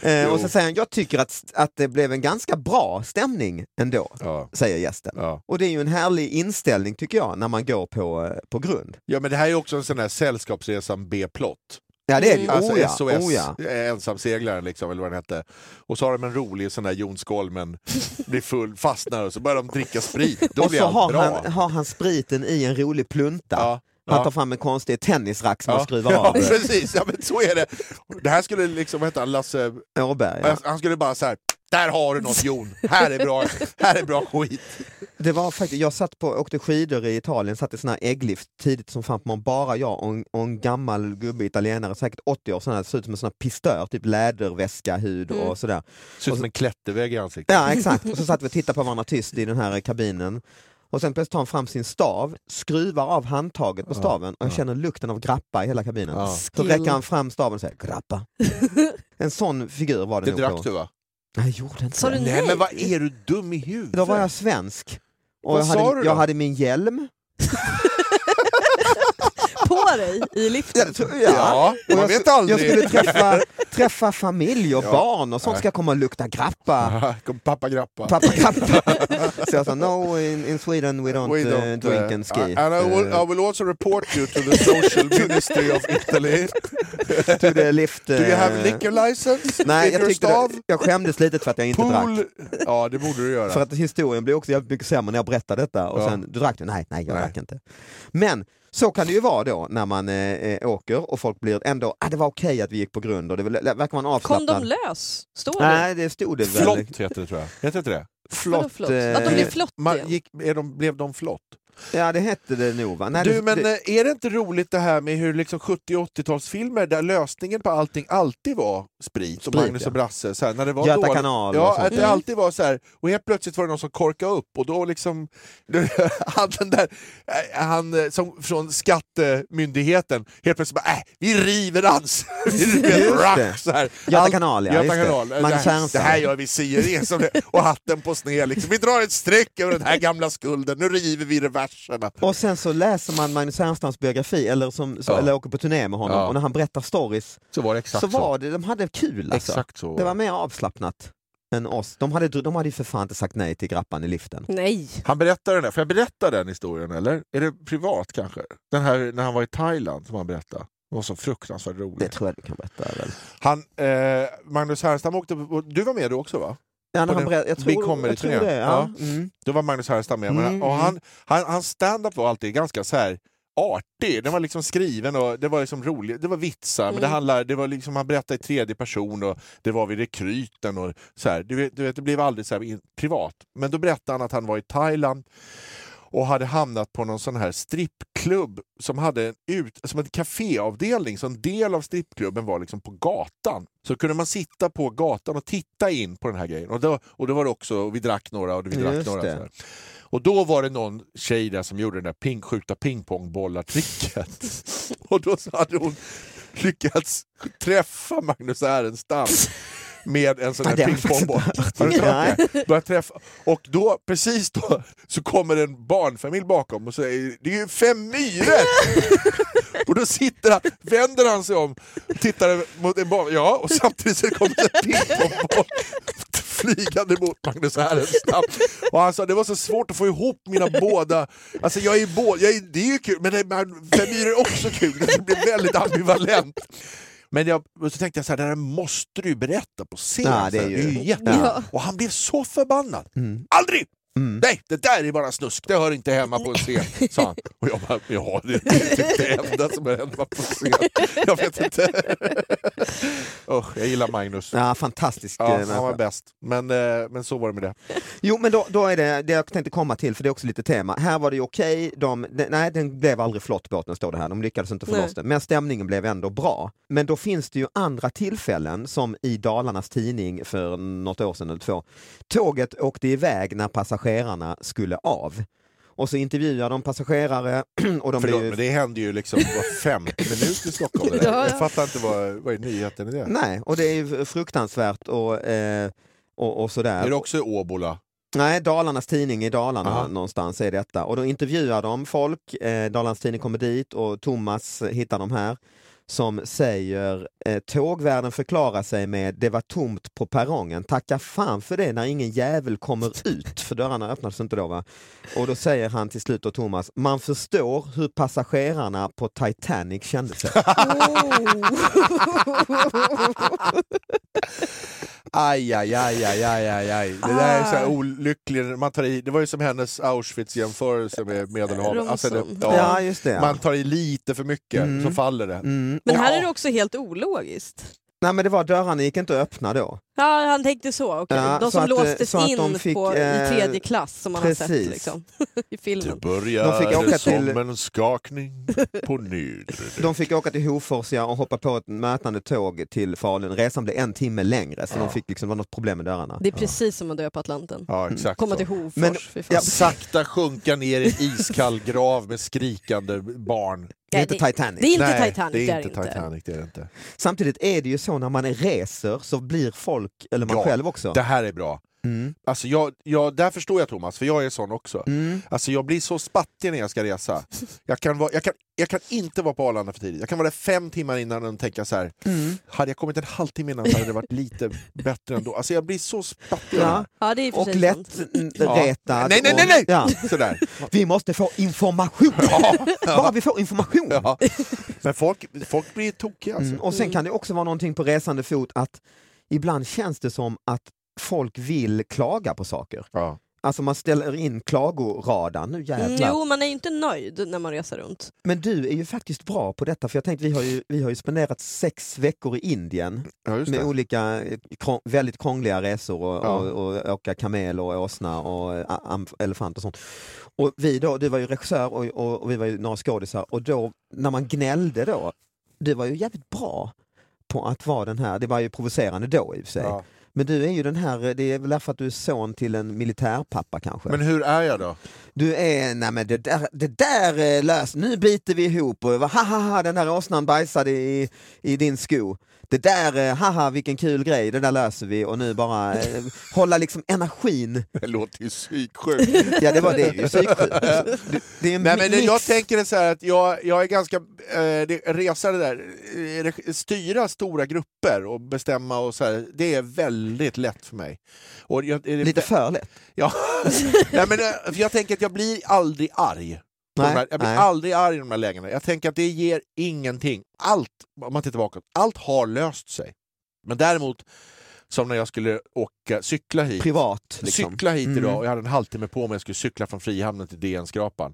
Speaker 2: Ja.
Speaker 1: Eh, och
Speaker 2: Jo.
Speaker 1: så säger han, jag tycker att, att det blev en ganska bra stämning ändå,
Speaker 2: Ja.
Speaker 1: säger gästen.
Speaker 2: Ja.
Speaker 1: Och det är ju en härlig inställning tycker jag, när man går på, eh, på grund.
Speaker 2: Ja men det här är ju också en sån här sällskapsresan B-plott.
Speaker 1: Ja det är det ju,
Speaker 2: Alltså
Speaker 1: oh, ja.
Speaker 2: SOS,
Speaker 1: Oh, ja.
Speaker 2: eh, ensamseglaren liksom, eller vad den hette. Och så har de en rolig sån här Jon Skolmen, blir full, fastnar och så börjar de dricka sprit. Då
Speaker 1: Och
Speaker 2: blir
Speaker 1: så
Speaker 2: allt
Speaker 1: har
Speaker 2: bra.
Speaker 1: han, har han spriten i en rolig plunta.
Speaker 2: Ja,
Speaker 1: Han
Speaker 2: ja.
Speaker 1: tar fram en konstig tennisrack som
Speaker 2: Ja.
Speaker 1: han skruvar
Speaker 2: ja,
Speaker 1: av.
Speaker 2: precis, ja men så är det. Det här skulle liksom, vad hette han, Lasse,
Speaker 1: Åberg, ja.
Speaker 2: han skulle bara så här Där har du något Jon! Här är bra, här är bra skit!
Speaker 1: Det var faktiskt, jag satt på, åkte skidor i Italien, satt i sån här ägglift tidigt som fan på morgonen. Bara jag och en, och en gammal gubbe, italienare, säkert 80 år, sån här, såg ut som en sån här pistör, typ läderväska, hud och
Speaker 3: Mm.
Speaker 1: sådär.
Speaker 2: Ser ut som en klättervägg i ansiktet.
Speaker 1: Ja exakt, och så satt vi och tittade på varandra tyst i den här kabinen. Och sen plötsligt tar han fram sin stav, skruvar av handtaget på
Speaker 2: Ja,
Speaker 1: staven och jag
Speaker 2: ja.
Speaker 1: känner lukten av grappa i hela kabinen.
Speaker 2: Ja.
Speaker 1: Så
Speaker 3: Skill.
Speaker 1: räcker han fram staven och säger grappa. En sån figur var det,
Speaker 2: Det
Speaker 1: nog
Speaker 2: drack
Speaker 1: då.
Speaker 2: du va?
Speaker 1: Nej, jag gjorde inte
Speaker 3: Sa
Speaker 1: det.
Speaker 3: du
Speaker 2: Nej
Speaker 3: Nej.
Speaker 2: men vad är du dum i huvudet?
Speaker 1: Då var jag svensk. Och
Speaker 2: Vad
Speaker 1: jag,
Speaker 2: sa
Speaker 1: hade,
Speaker 2: du då?
Speaker 1: jag hade min hjälm.
Speaker 3: På dig i
Speaker 1: Ja,
Speaker 3: liften.
Speaker 1: det tror jag.
Speaker 2: Ja,
Speaker 1: Och
Speaker 2: man
Speaker 1: jag,
Speaker 2: vet
Speaker 1: sk- jag
Speaker 2: aldrig.
Speaker 1: skulle träffa, träffa familj och
Speaker 2: Ja.
Speaker 1: barn och sånt
Speaker 2: Nej.
Speaker 1: ska komma och lukta grappa.
Speaker 2: Kom, Pappa grappa.
Speaker 1: Pappa, grappa. Så jag sa no, in, in Sweden we don't,
Speaker 2: We
Speaker 1: eh,
Speaker 2: don't,
Speaker 1: drink
Speaker 2: eh,
Speaker 1: and ski. Uh,
Speaker 2: I- And I will, I will also report you to the social ministry of Italy.
Speaker 1: Eh, to the lift,
Speaker 2: Do you have
Speaker 1: eh,
Speaker 2: liquor license?
Speaker 1: Nej, jag,
Speaker 2: Liquor
Speaker 1: tyckte
Speaker 2: stav?
Speaker 1: det, jag skämdes lite för att jag inte drack.
Speaker 2: Pool? Ja, det borde du göra.
Speaker 1: För att historien blev också jävligt mycket sämre när jag berättade detta och
Speaker 2: Ja.
Speaker 1: sen du drack du? Nej, nej jag
Speaker 2: Nej.
Speaker 1: drack inte. Men så kan det ju vara då när man eh, eh, åker och folk blir ändå, ah, det var okej att vi gick på grund och det väl- verkar vara en
Speaker 3: Kom de
Speaker 1: avslappnad...
Speaker 3: lös? Står det?
Speaker 1: Nej, det stod det väl.
Speaker 2: Flott heter det tror jag. Heter inte det?
Speaker 3: Vadå
Speaker 1: Flott.
Speaker 3: flott? Att de
Speaker 1: eh,
Speaker 3: blev flott
Speaker 2: Man,
Speaker 3: igen.
Speaker 2: gick, är de, blev de flott?
Speaker 1: Ja, det hette det nog va? Nej,
Speaker 2: Du,
Speaker 1: det,
Speaker 2: men
Speaker 1: det,
Speaker 2: eh, är det inte roligt det här med hur liksom 70 och 80-talsfilmer där lösningen på allting alltid var sprit, och
Speaker 1: Sprit,
Speaker 2: Magnus
Speaker 1: ja.
Speaker 2: och Brasse, så här, när det var
Speaker 1: Göta
Speaker 2: dåligt.
Speaker 1: kanal och
Speaker 2: Ja,
Speaker 1: sånt.
Speaker 2: att det
Speaker 3: Mm.
Speaker 2: alltid var så här, och helt plötsligt var det någon som korkade upp och då liksom, han den där, eh, han eh, som, från skattemyndigheten, helt plötsligt bara, äh, vi river hans! vi river
Speaker 1: Just det.
Speaker 2: rack, så här.
Speaker 1: Göta
Speaker 2: Allt-
Speaker 1: kanal, ja.
Speaker 2: Göta
Speaker 1: just det.
Speaker 2: kanal. Det,
Speaker 1: Magnus
Speaker 2: här, det
Speaker 1: Härenstam.
Speaker 2: här gör vi si och det som det. Och hatten på sned. Liksom. Vi drar ett streck över den här gamla skulden. Nu river vi reverserna.
Speaker 1: Och sen så läser man Magnus Ernstams biografi eller, som, så,
Speaker 2: Ja.
Speaker 1: eller åker på turné med honom
Speaker 2: Ja.
Speaker 1: och när han berättar stories
Speaker 2: Så var det exakt
Speaker 1: så var det, de hade kul alltså.
Speaker 2: Exakt så.
Speaker 1: Det var mer avslappnat än oss. De hade, de hade ju för fan inte sagt nej till grappan i liften.
Speaker 3: Nej.
Speaker 2: Han berättar den där. Får jag berätta den historien eller? Är det privat kanske? Den här när han var i Thailand som han berättade. Det var så fruktansvärt
Speaker 1: Det
Speaker 2: roligt.
Speaker 1: tror jag du kan berätta. Väl?
Speaker 2: Han, eh, Magnus Härenstam åkte på, Du var med då också va?
Speaker 1: Ja,
Speaker 2: På
Speaker 1: när han
Speaker 2: den-
Speaker 1: berätt, jag
Speaker 2: Vi
Speaker 1: tror,
Speaker 2: kommer
Speaker 1: jag
Speaker 2: till
Speaker 1: tror
Speaker 2: det.
Speaker 1: det. Ja. Mm.
Speaker 2: Då var Magnus Härenstam med.
Speaker 1: Mm,
Speaker 2: Men, och
Speaker 1: mm.
Speaker 2: han, han, hans stand-up var alltid ganska så här artig. Den var liksom skriven och det var liksom rolig. Det var vitsar, men det
Speaker 3: Mm.
Speaker 2: handlar, det var liksom, han berättade i tredje person och det var vid rekryten och så här. Du vet, du vet, det blev aldrig så här in- privat. Men då berättade han att han var i Thailand och hade hamnat på någon sån här strippklubb som hade en ut, som en kaféavdelning, så en del av strippklubben var liksom på gatan. Så kunde man sitta på gatan och titta in på den här grejen. Och då, och då var det också, och vi drack några och vi drack
Speaker 1: Just
Speaker 2: några.
Speaker 1: det.
Speaker 2: Så här. Och då var det någon tjej där som gjorde den där ping, skjuta pingpongbollar-tricket. och då så hade hon lyckats träffa Magnus Härenstam med en sån
Speaker 1: Ja,
Speaker 2: där
Speaker 1: det har jag
Speaker 2: pingpongboll.
Speaker 1: faktiskt
Speaker 2: Har du inte hört
Speaker 1: Nej.
Speaker 2: det? Börjar träffa. Och då, precis då, så kommer en barnfamilj bakom och säger det är ju fem myror! och då sitter han, vänder han sig om, tittar mot en barn, ja, och samtidigt så kommer det en pingpongboll flygande mot Magnus Härenstam. Och han sa det var så svårt att få ihop mina båda, alltså jag är båda, jag är, det är ju kul, men det- men fem myror är också kul, det blir väldigt ambivalent. Men jag, och så tänkte jag så här, det här måste du ju berätta på scen.
Speaker 1: Ja, det är
Speaker 2: Så här,
Speaker 1: ju-
Speaker 2: jätte-
Speaker 3: Ja.
Speaker 2: Och han blev så förbannad.
Speaker 1: Mm.
Speaker 2: Aldrig!
Speaker 1: Mm.
Speaker 2: Nej, det där är bara snusk, det hör inte hemma på en scen, sa han. Och jag bara, ja det är typ det enda som hör hemma på scen. Jag vet inte. Usch, jag gillar Magnus.
Speaker 1: Ja, fantastisk
Speaker 2: Ja,
Speaker 1: eh,
Speaker 2: han var
Speaker 1: människa.
Speaker 2: bäst. Men, eh, men så var det med det.
Speaker 1: Jo, men då, då är det det jag tänkte komma till, för det är också lite tema. Här var det ju okej, de, de, nej den blev aldrig flott båten står det här, de lyckades inte få
Speaker 3: Nej.
Speaker 1: loss den. Men stämningen blev ändå bra. Men då finns det ju andra tillfällen, som i Dalarnas tidning för något år sedan eller två. Tåget åkte iväg när passagerarna skulle av. Och så intervjuar de passagerare och de
Speaker 2: Förlåt,
Speaker 1: blir ju...
Speaker 2: men det hände ju liksom var femte minut i Stockholm. Det där.
Speaker 3: Ja, ja.
Speaker 2: Jag fattar inte vad, vad är nyheten i det.
Speaker 1: Nej, och det är ju fruktansvärt och, eh, och, och sådär.
Speaker 2: Är det också i Åbola?
Speaker 1: Nej, Dalarnas tidning i Dalarna
Speaker 2: Aha.
Speaker 1: någonstans är detta. Och då intervjuar de folk, eh, Dalarnas tidning kommer dit och Thomas hittar de här som säger eh, tågvärden förklarar sig med det var tomt på perrongen, tacka fan för det när ingen jävel kommer ut, för dörrarna öppnades inte då va. Och då säger han till slut då Thomas, man förstår hur passagerarna på Titanic kände sig.
Speaker 2: Aj, aj, aj, aj, aj, aj, aj. Det där är så
Speaker 1: Ah.
Speaker 2: här olycklig, man tar i, det var ju som hennes Auschwitz-jämförelse med Medelhavet. Alltså det,
Speaker 3: Romson.
Speaker 2: ja,
Speaker 1: Ja just det. Ja.
Speaker 2: man tar i lite för mycket,
Speaker 1: Mm.
Speaker 2: så faller det.
Speaker 1: Mm.
Speaker 3: Men här
Speaker 2: Ja.
Speaker 3: är det också helt ologiskt.
Speaker 1: Nej men det var dörrarna gick inte att öppna då.
Speaker 3: Ja, han tänkte så. okej.
Speaker 1: Ja,
Speaker 3: de
Speaker 1: så
Speaker 3: som
Speaker 1: att, eh,
Speaker 3: låstes
Speaker 1: så att
Speaker 3: in
Speaker 1: de fick,
Speaker 3: på,
Speaker 1: eh,
Speaker 3: i tredje klass som man har
Speaker 1: precis.
Speaker 3: sett liksom, i
Speaker 2: Det
Speaker 3: filmen.
Speaker 2: började
Speaker 1: De fick åka
Speaker 2: som
Speaker 1: till-
Speaker 2: en skakning på nydre.
Speaker 1: De fick åka till Hoforsia och hoppa på ett mötande tåg till Falun. Resan blev en timme längre så de fick liksom, det var något problem med dörrarna.
Speaker 3: Det är precis som att dö på Atlanten.
Speaker 2: Ja, exakt
Speaker 3: Komma
Speaker 2: så.
Speaker 3: till Hofors,
Speaker 1: Men-
Speaker 3: fy fan.
Speaker 1: ja,
Speaker 2: Sakta sjunka ner i en iskall grav med skrikande barn.
Speaker 1: Det är
Speaker 3: Nej,
Speaker 1: inte
Speaker 3: det-
Speaker 1: Titanic.
Speaker 3: det är inte
Speaker 2: Nej,
Speaker 3: Titanic.
Speaker 2: det är
Speaker 3: det
Speaker 2: inte Titanic. Det, är det, inte.
Speaker 1: Samtidigt är det ju så när man reser så blir folk, eller man
Speaker 2: Ja,
Speaker 1: själv också.
Speaker 2: det här är bra.
Speaker 1: Mm.
Speaker 2: Alltså jag, jag, där förstår jag Thomas, för jag är sån också.
Speaker 1: Mm.
Speaker 2: Alltså jag blir så spattig när jag ska resa. Jag kan, vara, jag, kan, jag kan inte vara på Arlanda för tidigt. Jag kan vara där fem timmar innan och tänka så här.
Speaker 1: mm.
Speaker 2: hade jag kommit en halvtimme innan så hade det varit lite bättre ändå. Alltså jag blir så spattig.
Speaker 1: Ja.
Speaker 3: Ja, det är i för
Speaker 1: Och
Speaker 3: sig sant.
Speaker 1: lätt retad.
Speaker 2: Nej, nej,
Speaker 1: och-
Speaker 2: nej, nej!
Speaker 1: Ja.
Speaker 2: Sådär.
Speaker 1: Vi måste få information!
Speaker 2: Ja,
Speaker 1: Bara vi får information!
Speaker 2: ja. Men folk, folk blir tokiga alltså.
Speaker 1: Mm. Och sen kan det också vara någonting på resande fot att ibland känns det som att folk vill klaga på saker.
Speaker 2: Ja.
Speaker 1: Alltså man ställer in klagoradan, nu
Speaker 3: Mm,
Speaker 1: jävlar.
Speaker 3: jo, man är ju inte nöjd när man reser runt.
Speaker 1: Men du är ju faktiskt bra på detta för jag tänkte vi har ju, vi har ju spenderat sex veckor i Indien
Speaker 2: ja, just
Speaker 1: med
Speaker 2: det.
Speaker 1: olika eh, krå- väldigt krångliga resor och,
Speaker 2: Ja.
Speaker 1: och, och åka kamel och åsna och eh, a- am- elefant och sånt. Och vi då, du var ju regissör och, och, och vi var ju några skådisar och då när man gnällde då, du var ju jävligt bra på att vara den här, det var ju provocerande då i och för sig.
Speaker 2: Ja.
Speaker 1: Men du är ju den här, eh, det är väl därför att du är son till en militärpappa kanske?
Speaker 2: Men hur är jag då?
Speaker 1: Du är, nej men det där, det där eh, lös, nu biter vi ihop och ha ha ha den där åsnan bajsade i, i din sko. Det där, eh, haha vilken kul grej, det där löser vi och nu bara eh, hålla liksom energin.
Speaker 2: Det låter ju psyksjukt.
Speaker 1: Ja det var det ju, psyksjukt. Det, det är en
Speaker 2: Nej, men det,
Speaker 1: mix.
Speaker 2: jag tänker det så här att jag, jag är ganska eh, det- resa det där, eh, re- styra stora grupper och bestämma och så här, det är väldigt lätt för mig. Och jag, är det,
Speaker 1: Lite för lätt.
Speaker 2: Ja. Nej, men, eh, för jag tänker att jag blir aldrig arg. på de
Speaker 1: Nej,
Speaker 2: här, jag blir
Speaker 1: nej.
Speaker 2: aldrig arg i de här lägena. Jag tänker att det ger ingenting. Allt, om man tittar bakåt, allt har löst sig. Men däremot, som när jag skulle åka, cykla hit.
Speaker 1: Privat liksom.
Speaker 2: Cykla hit idag
Speaker 1: Mm.
Speaker 2: och jag hade en halvtimme på mig, jag skulle cykla från Frihamnen till DN-skrapan.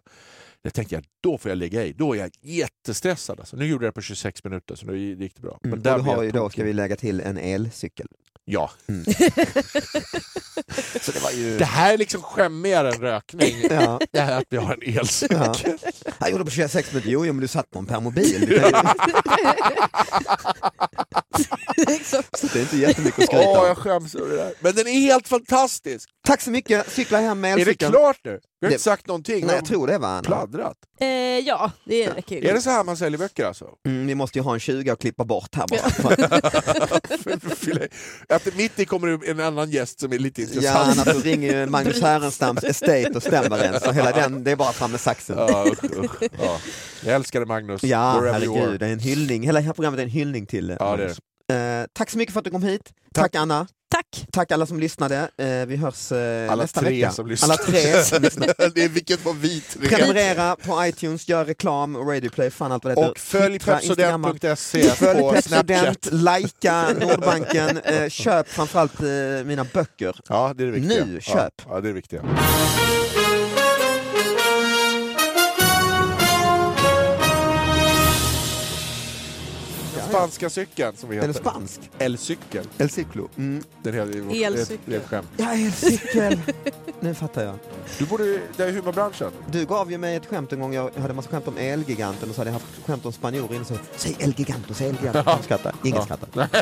Speaker 2: Det tänkte jag, då får jag lägga i. Då är jag jättestressad. Alltså, nu gjorde jag det på 26 minuter, så nu gick det bra.
Speaker 1: Mm. Och
Speaker 2: där
Speaker 1: du
Speaker 2: blev
Speaker 1: har
Speaker 2: jag
Speaker 1: ju då,
Speaker 2: tokig.
Speaker 1: ska vi lägga till, en elcykel.
Speaker 2: Ja.
Speaker 1: Så det var ju...
Speaker 2: Det här är liksom skämmigare än rökning,
Speaker 1: Ja,
Speaker 2: det här att vi har en elcykel.
Speaker 1: ja. Jag gjorde på 26 minuter, jo, jo men du satt på en permobil. Du kan ju-
Speaker 3: liksom.
Speaker 1: Så det är inte jättemycket att
Speaker 2: Åh,
Speaker 1: skryta om.
Speaker 2: jag skäms över det där. Men den är helt fantastisk!
Speaker 1: Tack så mycket, cykla hem med
Speaker 2: Är det
Speaker 1: elcykeln.
Speaker 2: klart nu? Vi har
Speaker 1: Det-
Speaker 2: inte sagt någonting.
Speaker 1: Nej,
Speaker 2: Vi
Speaker 1: jag
Speaker 2: har
Speaker 1: tror det va Anna?
Speaker 2: pladdrat.
Speaker 3: eh, ja, det räcker ju.
Speaker 2: Är det så här man säljer böcker alltså?
Speaker 1: Mm, vi måste ju ha en 20 och klippa bort här bara.
Speaker 2: Att mitt i kommer det en annan gäst som är lite
Speaker 1: ja,
Speaker 2: intressant.
Speaker 1: annars så ringer ju Magnus Härenstams Estate och stämmer en, så hela den, det är bara fram med saxen.
Speaker 2: Ja, usch, usch. Ja. Jag älskar dig Magnus.
Speaker 1: Ja,
Speaker 2: Wherever you
Speaker 1: herregud,
Speaker 2: are.
Speaker 1: det är en hyllning. Hela det här programmet är en hyllning till eh,
Speaker 2: Ja, det är
Speaker 1: Magnus. Eh, tack så mycket för att du kom hit. Tack, Anna.
Speaker 3: Tack!
Speaker 1: Tack alla som lyssnade. Eh, vi hörs eh,
Speaker 2: Alla
Speaker 1: nästa
Speaker 2: tre
Speaker 1: vecka.
Speaker 2: som lyssnar.
Speaker 1: Alla tre som lyssnar.
Speaker 2: det är, vilket var vi tre.
Speaker 1: Prenumerera på iTunes, gör reklam, radioplay, fan allt vad det heter.
Speaker 2: Och följ
Speaker 1: Twittra, Instagramma.
Speaker 2: pepsodent.se på Snapchat.
Speaker 1: Pepsodent, likea Nordbanken, eh, köp framförallt eh, mina böcker.
Speaker 2: Ja, det är det viktiga.
Speaker 1: Nu,
Speaker 2: Ja,
Speaker 1: köp.
Speaker 2: Ja, det är det viktiga. Den spanska cykeln som vi
Speaker 1: Är den
Speaker 2: heter.
Speaker 1: spansk?
Speaker 2: Elcykel.
Speaker 1: El ciclo. Mm.
Speaker 2: Det är helt- det är ett-
Speaker 3: Elcykel.
Speaker 2: Det är ett skämt.
Speaker 1: Ja, elcykel! nu fattar jag.
Speaker 2: Du borde... Det är humorbranschen.
Speaker 1: Du gav ju mig ett skämt en gång, jag hade en massa skämt om Elgiganten och så hade jag haft skämt om spanjorer innan. Så, Säg Elgiganten, säg Elgiganten. De skrattar. Ingen skrattar.